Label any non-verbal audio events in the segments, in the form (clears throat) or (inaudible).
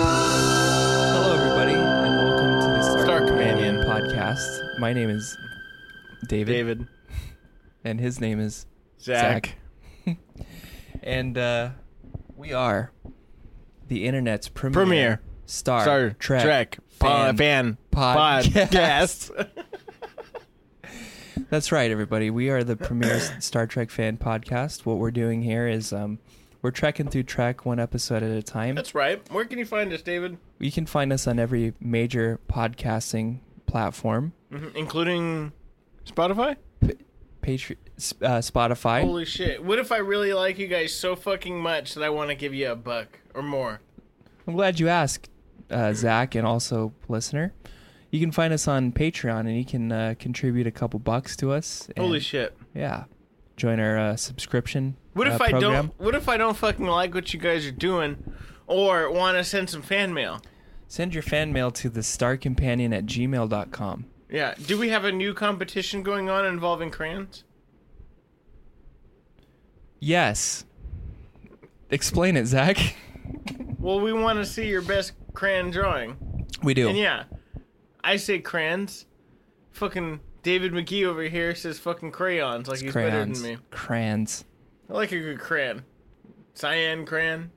Hello, everybody, and welcome to the Star, Star Companion Companion. podcast. My name is David, David, and his name is Zach. Zach. And uh, we are the internet's premier, Premiere. Star, Star Trek, Trek fan. fan, fan podcast. podcast. That's right, everybody. We (clears throat) are the premier S- Star Trek fan podcast. What we're doing here is um, we're trekking through Trek one episode at a time. (laughs) That's right. Where can you find us, David? you can find us on every major podcasting platform. Including Spotify? Patreon, uh, Spotify. Holy shit. What if I really like you guys so fucking much that I want to give you a buck or more? I'm glad you asked, uh, Zach, and also listener. You can find us on Patreon, and you can uh, contribute a couple bucks to us. and- Holy shit. Yeah, join our uh, subscription. What if uh, I program. don't what if I don't fucking like what you guys are doing or want to send some fan mail? send your fan mail to the starcompanion at gmail.com? Yeah. Do we have a new competition going on involving crayons? Yes. Explain it, Zach. (laughs) Well, we want to see your best crayon drawing. We do. And yeah, I say crayons. Fucking David McGee over here says fucking crayons like he's crayons. better than me. Crayons. I like a good crayon. Cyan crayon.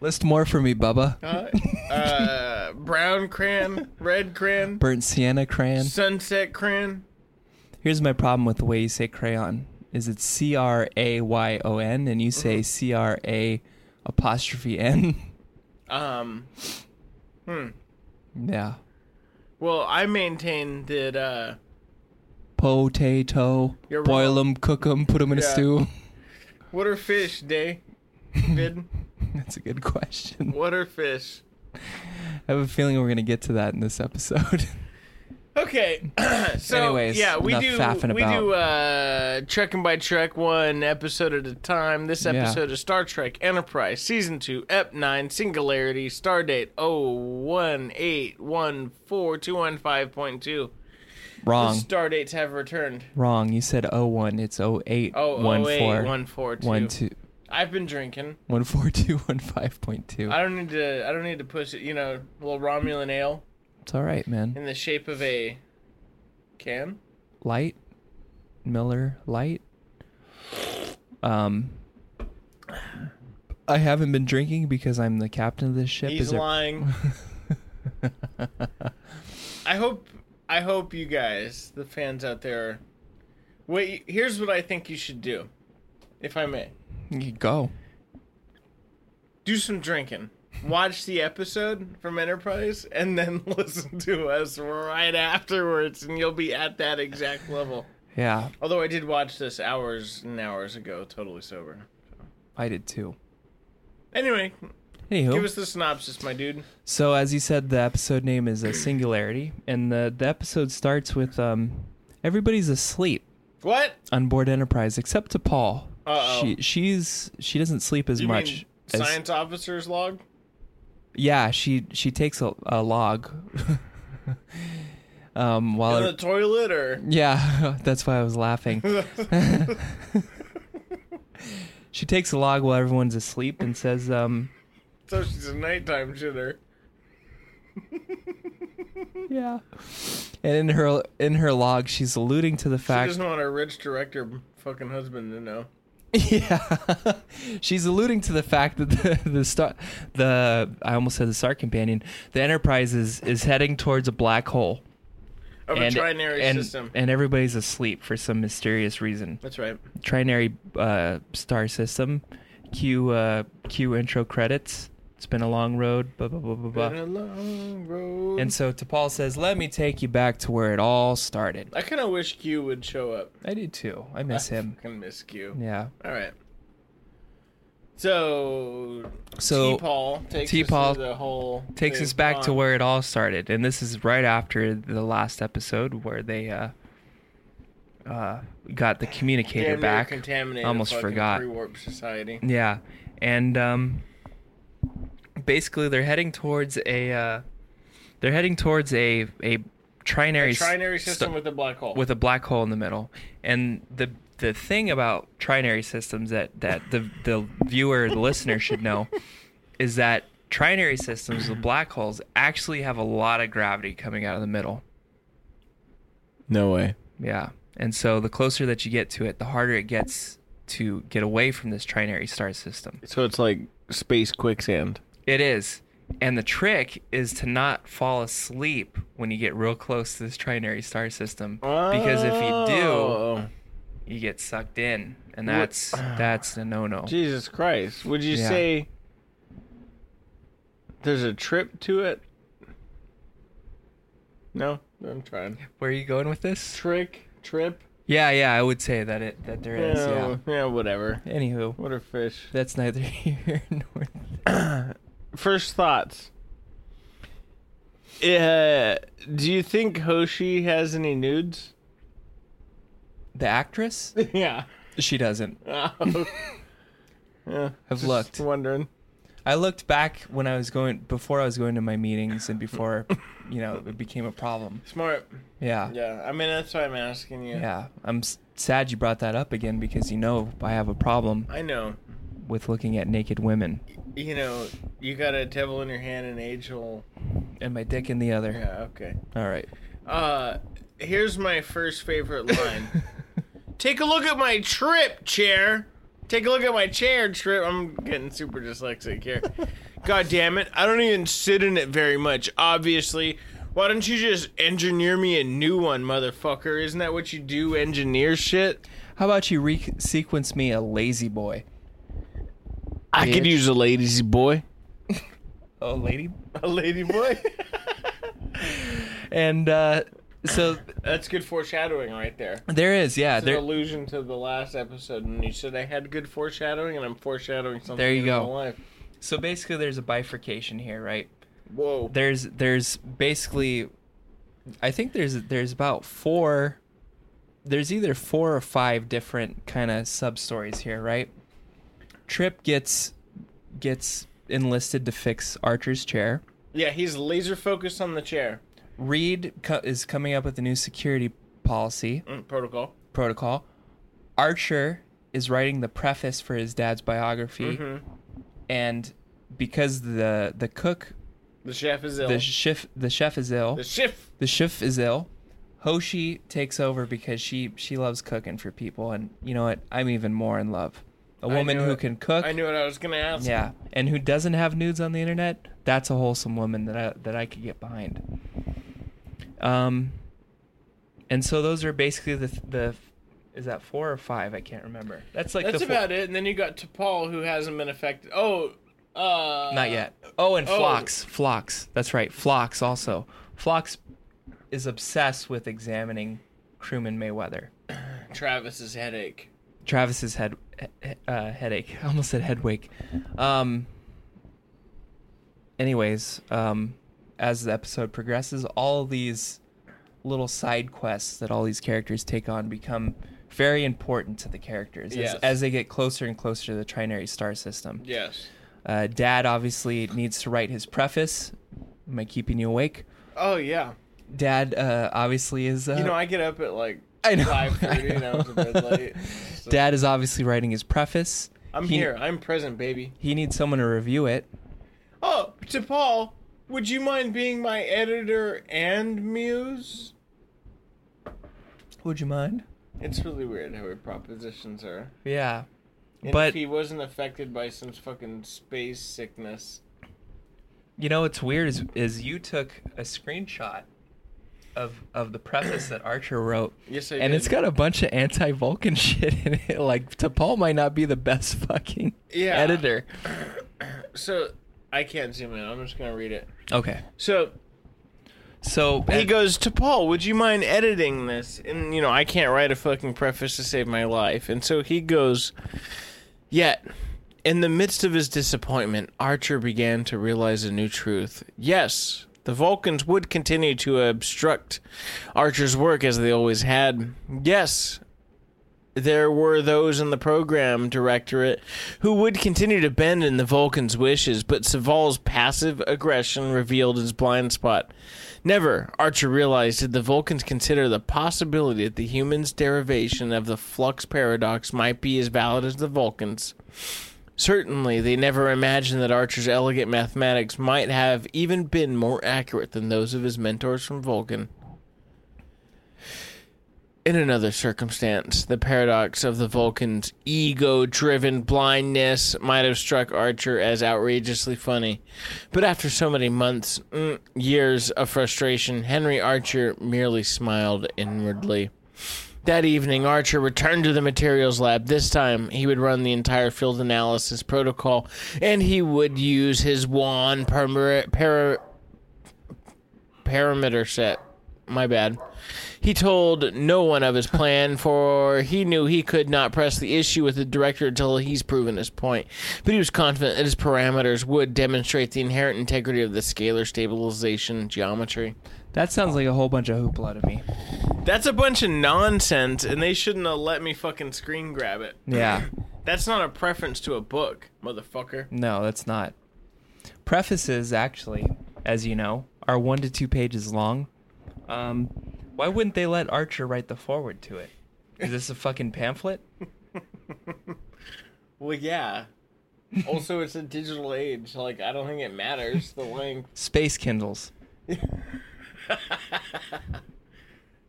List more for me, Bubba. Uh, uh, brown crayon. Red crayon. Burnt sienna crayon. Sunset crayon. Here's my problem with the way you say crayon. Is it C R A Y O N and you Mm-hmm. say C R A apostrophe N? (laughs) Um, yeah. well, I maintain that uh, Potato. You're boil wrong. them, cook them, put them in a Yeah. stew. (laughs) what are fish, Day? Vid? That's a good question. What are fish? I have a feeling we're gonna get to that in this episode. (laughs) Okay. (clears throat) so Anyways, yeah, we enough do faffing we about. do uh trekking by trek one episode at a time. This episode is Star Trek Enterprise Season 2, Ep 9, Singularity, oh Stardate 01814215.2. The Wrong. star dates have returned. Wrong. You said 01. It's 08. Oh, 08142. 12 I've been drinking. (laughs) 14215.2. I don't need to I don't need to push it, you know, a little Romulan ale It's all right, man. in the shape of a can. Light. Miller Light. Um I haven't been drinking because I'm the captain of this ship. He's Is there- (laughs) lying. I hope I hope you guys, the fans out there, wait. Here's what I think you should do, if I may: You go. do some drinking, watch the episode from Enterprise, and then (laughs) listen to us right afterwards, and you'll be at that exact level. Yeah, Although I did watch this hours and hours ago, totally sober. I did too. Anyway, Anywho. give us the synopsis, my dude. So as you said, the episode name is a singularity, and the the episode starts with um, Everybody's asleep What? on board Enterprise except to Paul. Uh-oh. She she's she doesn't sleep as You much mean as science officer's log? yeah. She she takes a, a log. (laughs) um, while In the toilet or Yeah, (laughs) that's why I was (laughs) laughing. she takes a log while everyone's asleep and says, um, so she's a nighttime shitter. "Yeah." And in her in her log, she's alluding to the She fact. (laughs) doesn't want her rich director fucking husband to know. yeah, she's alluding to the fact that the the star the I almost said the star companion the Enterprise is is heading towards a black hole Of a trinary and, system. and everybody's asleep for some mysterious reason. That's right. trinary uh, star system. Cue uh, cue intro credits. It's been a long road. Blah blah blah blah Been blah. a long road. And so T'Pol says, "Let me take you back to where it all started." I kind of wish Q would show up. I do too. I miss him. I fucking miss Q. Yeah. All right. So, So, T-Paul takes T-Paul us through the whole Takes thing. us back to On. where it all started, and this is right after the last episode where they uh, uh, got the communicator Damn near back. contaminated Almost fucking forgot. pre-warp society. Yeah, and um, basically they're heading towards a uh, they're heading towards a a trinary s- Trinary system stu- with a black hole. with a black hole in the middle. And the the thing about trinary systems that that the the viewer the listener should (laughs) know is that trinary systems with black holes actually have a lot of gravity coming out of the middle. no way. Yeah. And so the closer that you get to it, the harder it gets to get away from this trinary star system. So it's like space quicksand. It is. And the trick is to not fall asleep when you get real close to this trinary star system. Because if you Oh, do, you get sucked in. And that's that's a no no. Jesus Christ, would you Yeah. say there's a trip to it? No, I'm trying. Where are you going with this? Trick, trip. Yeah, yeah, I would say that it that there is, yeah. Oh, yeah, whatever. Anywho, What are fish? that's neither (laughs) here nor First thoughts. Uh, do you think Hoshi has (laughs) any nudes? the actress? yeah. She doesn't. yeah. I've looked. Wondering. I looked back when I was going before I was going to my meetings and (laughs) before you know, it became a problem. Smart. Yeah. Yeah. I mean, that's why I'm asking you. Yeah, I'm s- sad you brought that up again because you know I have a problem I know. with looking at naked women You know, you got a devil in your hand and angel. and my dick in the other. Yeah. Okay. All right. Uh, here's my first favorite line. Take a look at my trip chair. Take a look at my chair trip. I'm getting super dyslexic here. God damn it! I don't even sit in it very much. Obviously, why don't you just engineer me a new one, motherfucker? Isn't that what you do? Engineer shit. How about you re- sequence me a lazy boy? I could use a lazy boy. Oh, lady. A lady boy. (laughs) And uh, so That's good foreshadowing right there. there is, yeah, It's an there. allusion to the last episode, and you said I had good foreshadowing, and I'm foreshadowing something. There you in go. My life. So basically, there's a bifurcation here, right? Whoa. There's there's basically, I think there's there's about four, there's either four or five different kind of sub stories here, right? Trip gets gets enlisted to fix Archer's chair. Yeah, he's laser focused on the chair Reed co- is coming up with a new security policy Mm, protocol. protocol. Archer is writing the preface for his dad's biography, and because the the cook, The chef is ill. the chef, the chef is ill, The chef. the chef is ill. Hoshi takes over because she she loves cooking for people, and you know what? I'm even more in love. A woman knew who it. can cook, I knew what I was gonna ask. yeah, and who doesn't have nudes on the internet, that's a wholesome woman that I that I could get behind. Um, and so those are basically the the is that four or five? I can't remember. That's like That's the about it. And then you got T'Pol, who hasn't been affected. Oh, uh, not yet. Oh, and oh. Phlox, Phlox. That's right, Phlox also. Phlox is obsessed with examining crewman Mayweather. Travis's headache. Travis's head he- uh, headache. (laughs) I almost said head wake. Um. Anyways, um, as the episode progresses, all of these little side quests that all these characters take on become very important to the characters as, Yes. as they get closer and closer to the trinary star system. Yes. Uh, Dad obviously needs to write his preface. Am I keeping you awake? Oh yeah. Dad uh, obviously is. Uh, You know, I get up at like I know, five thirty I and I was in bed (laughs) late. So, Dad is obviously writing his preface. I'm he- here. I'm present, baby. He needs someone to review it. Oh, to Paul, would you mind being my editor and muse? Would you mind? It's really weird how our propositions are. Yeah. And But- if he wasn't affected by some fucking space sickness. You know what's weird is is you took a screenshot of of the preface that Archer wrote. (clears throat) Yes, I and did. it's got a bunch of anti-Vulcan (laughs) shit in it. Like T'Pol might not be the best fucking Yeah. editor. So I can't zoom in. I'm just gonna read it. Okay. So So he and- goes to Paul, "Would you mind editing this?" And you know, I can't write a fucking preface to save my life. And so he goes, "Yet, in the midst of his disappointment, Archer began to realize a new truth. Yes, the Vulcans would continue to obstruct Archer's work as they always had. Yes, there were those in the program directorate who would continue to bend in the Vulcan's wishes, but Saval's passive aggression revealed his blind spot. Never, Archer realized, did the Vulcans consider the possibility that the humans' derivation of the flux paradox might be as valid as the Vulcans. Certainly, they never imagined that Archer's elegant mathematics might have even been more accurate than those of his mentors from Vulcan. In another circumstance, the paradox of the Vulcan's ego driven blindness might have struck Archer as outrageously funny. But after so many months, mm, years of frustration, Henry Archer merely smiled inwardly. That evening, Archer returned to the materials lab. This time, he would run the entire field analysis protocol, and he would use his wand permer- para- parameter set. My bad. He told no one of his plan, for he knew he could not press the issue with the director until he's proven his point. But he was confident that his parameters would demonstrate the inherent integrity of the scalar stabilization geometry. that sounds like a whole bunch of hoopla to me. That's a bunch of nonsense, and they shouldn't have let me fucking screen grab it. Yeah. That's not a preference to a book, motherfucker. (clears throat) No, that's not. Prefaces, actually, as you know, are one to two pages long. Um, why wouldn't they let Archer write the forward to it? Is this a fucking pamphlet? Well, yeah. also, it's a digital age. Like, I don't think it matters the length. Space Kindles.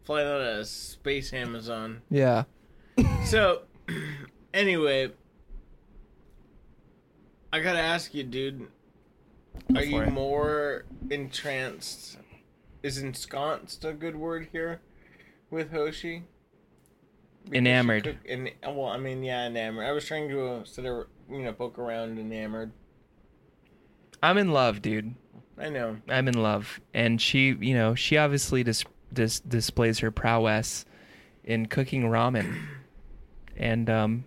Flying on a space Amazon. Yeah. So, (clears throat) anyway, I gotta ask you, dude. Are you for it. more entranced? Is ensconced a good word here with Hoshi? Enamored. Cook- En- well, I mean, yeah, enamored. I was trying to uh, sort of, you know, poke around enamored. I'm in love, dude. I know. I'm in love, and she, you know, she obviously dis- dis- displays her prowess in cooking ramen, and um,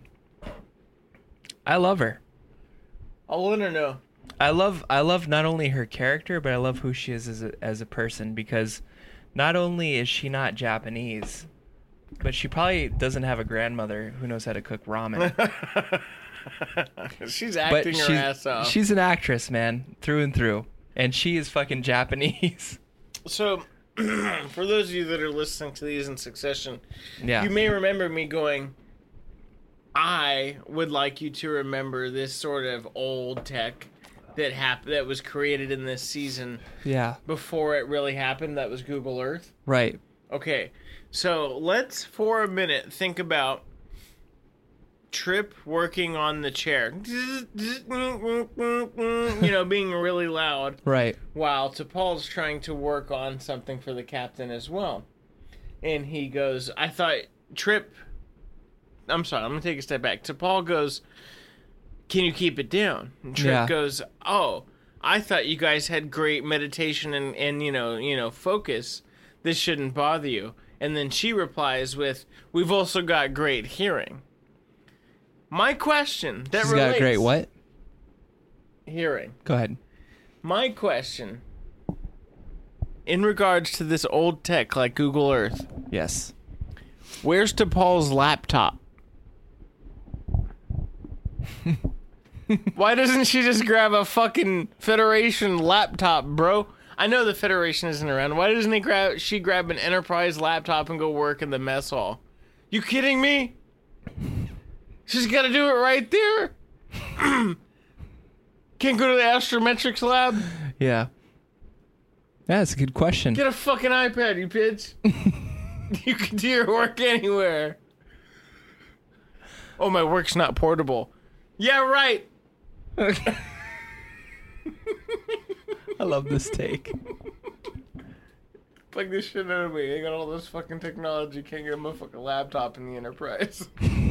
I love her. I'll let her know. (laughs) I love, I love not only her character, but I love who she is as a, as a person because not only is she not Japanese, but she probably doesn't have a grandmother who knows how to cook ramen. She's but acting she's, her ass off. she's an actress, man, through and through, and she is fucking Japanese. (laughs) So, (clears throat) for those of you that are listening to these in succession, yeah, you may remember me going, I would like you to remember this sort of old tech that hap- that was created in this season yeah, before it really happened. That was Google Earth. right. Okay, so let's for a minute think about Trip working on the chair, (laughs) you know, being really loud Right. while T'Pol's trying to work on something for the captain as well. And he goes, I thought Trip. I'm sorry, I'm going to take a step back. T'Pol goes, Can you keep it down? And Trip Yeah. goes, Oh, I thought you guys had great meditation and, and you know, you know, focus. This shouldn't bother you. And then she replies with, We've also got great hearing. My question that She's relates got a great what? hearing. Go ahead. My question in regards to this old tech like Google Earth, Yes. where's DePaul's laptop? Why doesn't she just grab a fucking Federation laptop, bro? I know the Federation isn't around. Why doesn't he grab she grab an Enterprise laptop and go work in the mess hall? You kidding me? She's got to do it right there. (clears throat) Can't go to the astrometrics lab. Yeah. Yeah, that's a good question. Get a fucking iPad, you bitch. you can do your work anywhere. Oh, my work's not portable. Yeah, right. (laughs) (laughs) I love this take. Fuck this shit out of me. They got all this fucking technology. Can't get a motherfucking laptop in the enterprise. (laughs)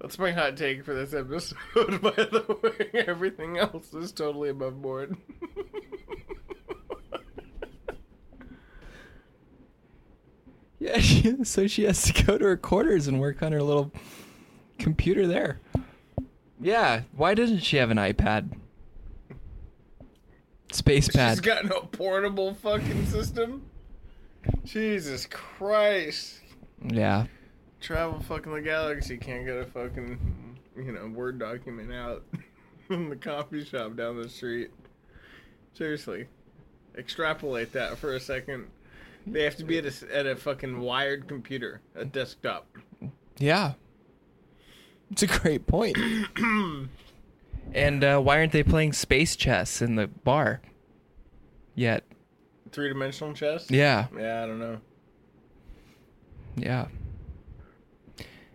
That's my hot take for this episode, (laughs) by the way. Everything else is totally above board. (laughs) Yeah, she, so she has to go to her quarters and work on her little computer there. Yeah, why doesn't she have an iPad? Space She's pad. got no portable fucking system. Jesus Christ. yeah. Travel fucking the galaxy can't get a fucking, you know, Word document out (laughs) from the coffee shop down the street. Seriously. Extrapolate that for a second. They have to be at a, s- at a fucking wired computer, a desktop. Yeah. It's a great point. (clears throat) and uh, why aren't they playing space chess in the bar yet? Three dimensional chess? Yeah. Yeah, I don't know. (laughs) Yeah.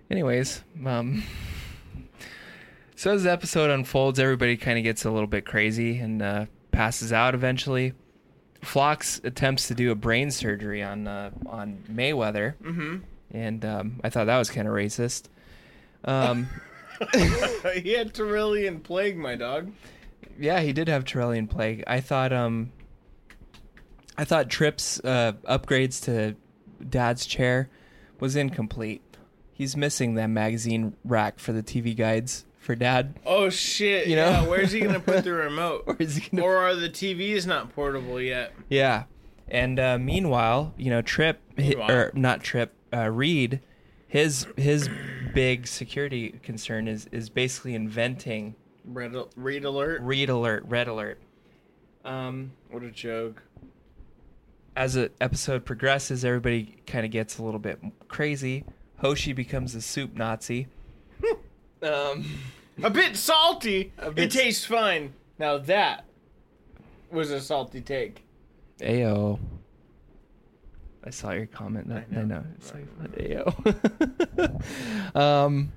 Anyways, um, so as the episode unfolds, everybody kind of gets a little bit crazy and uh, passes out eventually. Phlox attempts to do a brain surgery on uh, on Mayweather, mm-hmm. and um, I thought that was kind of racist. Um, he had Terillian plague, my dog. yeah, he did have Torellian plague. I thought um, I thought Tripp's uh, upgrades to Dad's chair was incomplete. He's missing that magazine rack for the TV guides for Dad. Oh shit! You know? yeah, where's he gonna put the (laughs) remote? or, is he gonna- are the TVs not portable yet? Yeah, and uh, meanwhile, you know, Trip hi- Meanwhile. or not Trip, uh, Reed, his his big security concern is is basically inventing Red, al- read alert. Read Alert, Red Alert. Um, What a joke! as the episode progresses, everybody kind of gets a little bit crazy. Hoshi becomes a soup Nazi. um, A bit salty. bit It tastes fine. Now that was a salty take. Ayo. I saw your comment. I know. I know. It's like, Ayo. (laughs) um,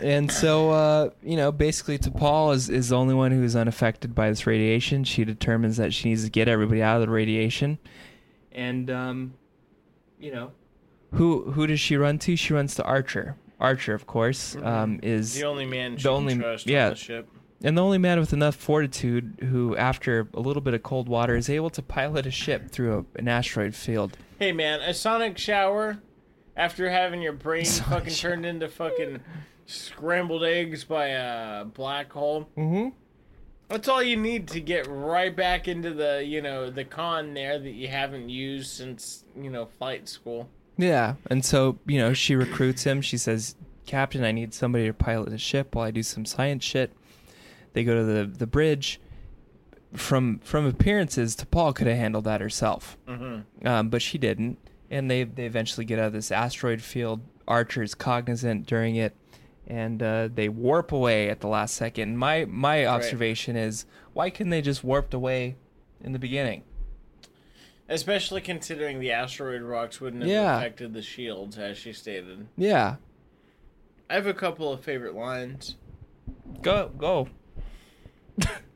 and so, uh, you know, basically, T'Pol is, is the only one who is unaffected by this radiation. She determines that she needs to get everybody out of the radiation. And, um, you know, who who does she run to? She runs to Archer. Archer, of course, um, is The only man she The can only- trust yeah. on the ship. and the only man with enough fortitude who, after a little bit of cold water, is able to pilot a ship through a, an asteroid field. Hey man, a sonic shower after having your brain fucking shower. turned into fucking scrambled eggs by a black hole. Mhm. That's all you need to get right back into the, you know, the con there that you haven't used since, you know, flight school. Yeah. And so, you know, she recruits him. She says, Captain, I need somebody to pilot the ship while I do some science shit. They go to the, the bridge. From from appearances, T'Pol could have handled that herself, mm-hmm. um, but she didn't. And they they eventually get out of this asteroid field. Archer is cognizant during it, and uh, they warp away at the last second. My my observation is, why couldn't they just warped away in the beginning? Especially considering the asteroid rocks wouldn't have Yeah. affected the shields, as she stated. Yeah, I have a couple of favorite lines. go go.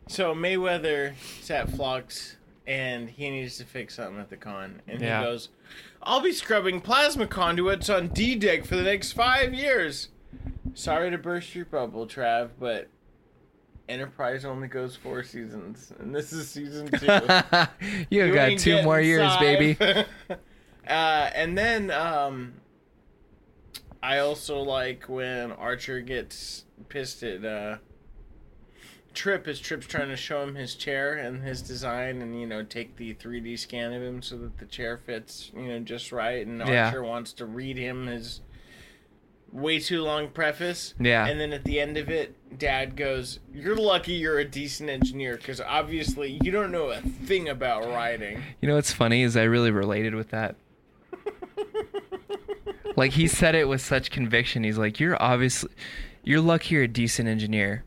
So Mayweather sat Flux and he needs to fix something at the con. And Yeah. he goes, I'll be scrubbing plasma conduits on D Deck for the next five years. Sorry to burst your bubble, Trav, but Enterprise only goes four seasons. And this is season two. (laughs) you You got ain't two getting more years, five. baby. (laughs) uh, and then um, I also like when Archer gets pissed at uh, Trip is Trip's trying to show him his chair and his design, and you know, take the 3D scan of him so that the chair fits, you know, just right. And Yeah. Archer wants to read him his way too long preface. Yeah. And then at the end of it, Dad goes, "You're lucky you're a decent engineer, because obviously you don't know a thing about writing." You know what's funny is I really related with (laughs) that. like he said it with such conviction. He's like, "You're obviously, you're lucky you're a decent engineer,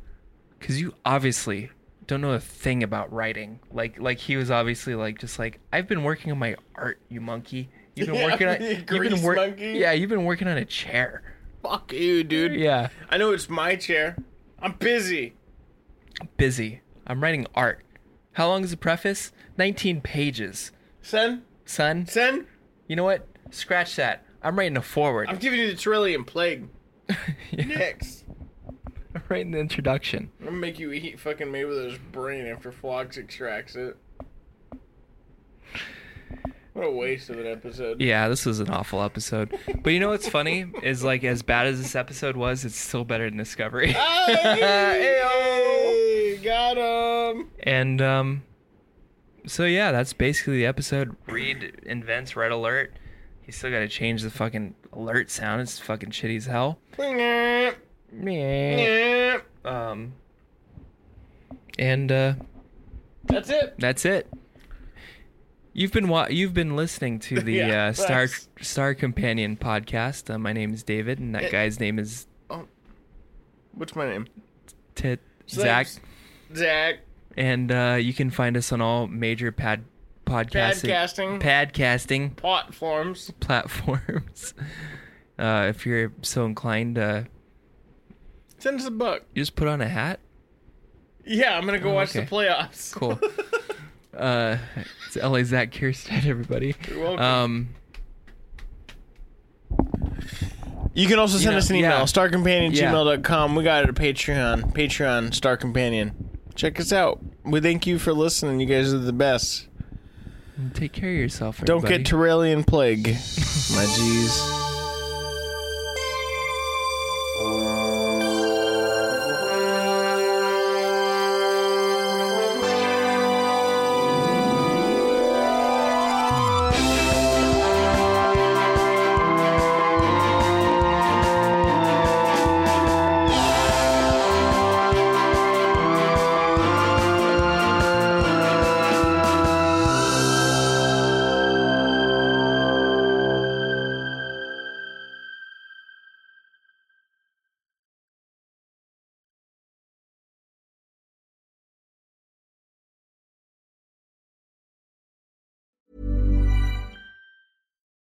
because you obviously don't know a thing about writing." Like, like he was obviously like, just like, "I've been working on my art, you monkey. You've been (laughs) Yeah, working on, you you've been grease wor- monkey." yeah, you've been working on a chair. Fuck you, dude. Yeah, I know it's my chair. I'm busy. busy. I'm writing art. How long is the preface? 19 pages, Son, son. son, You know what? Scratch that. I'm writing a forward. I'm giving you the Trillium Plague. (laughs) Yeah. Next. I'm writing the introduction." I'm gonna make you eat fucking Mayweather's brain after Flox extracts it. What a waste of an episode. (laughs) Yeah, this was an awful episode. But you know what's funny is like as bad as this episode was, it's still better than (laughs) Discovery. Hey, got him. and um so yeah, that's basically the episode. Reed invents red alert. He's still got to change the fucking alert sound. It's fucking shitty as hell. Um and uh That's it. that's it. You've been wa- you've been listening (laughs) to the Yeah, uh, Star thanks. Star Companion podcast. Uh, my name is David, and that guy's name is What's my name? Tit Zach. Zach. And uh, you can find us on all major pad podcasting Podcasting. podcasting Platforms. (laughs) platforms. (laughs) Uh, if you're so inclined, uh, Send us a buck. you just put on a hat. Yeah, I'm gonna go watch okay. the playoffs. (laughs) Cool. uh, it's LA Zach Kirstead, everybody. You're welcome. Um, You can also send know, us an yeah. email, starcompanion@gmail.com. Yeah. We got it at Patreon. Patreon, Star Companion. Check us out. We thank you for listening. You guys are the best. take care of yourself. Don't Everybody. get Terrellian (laughs) plague, my G's.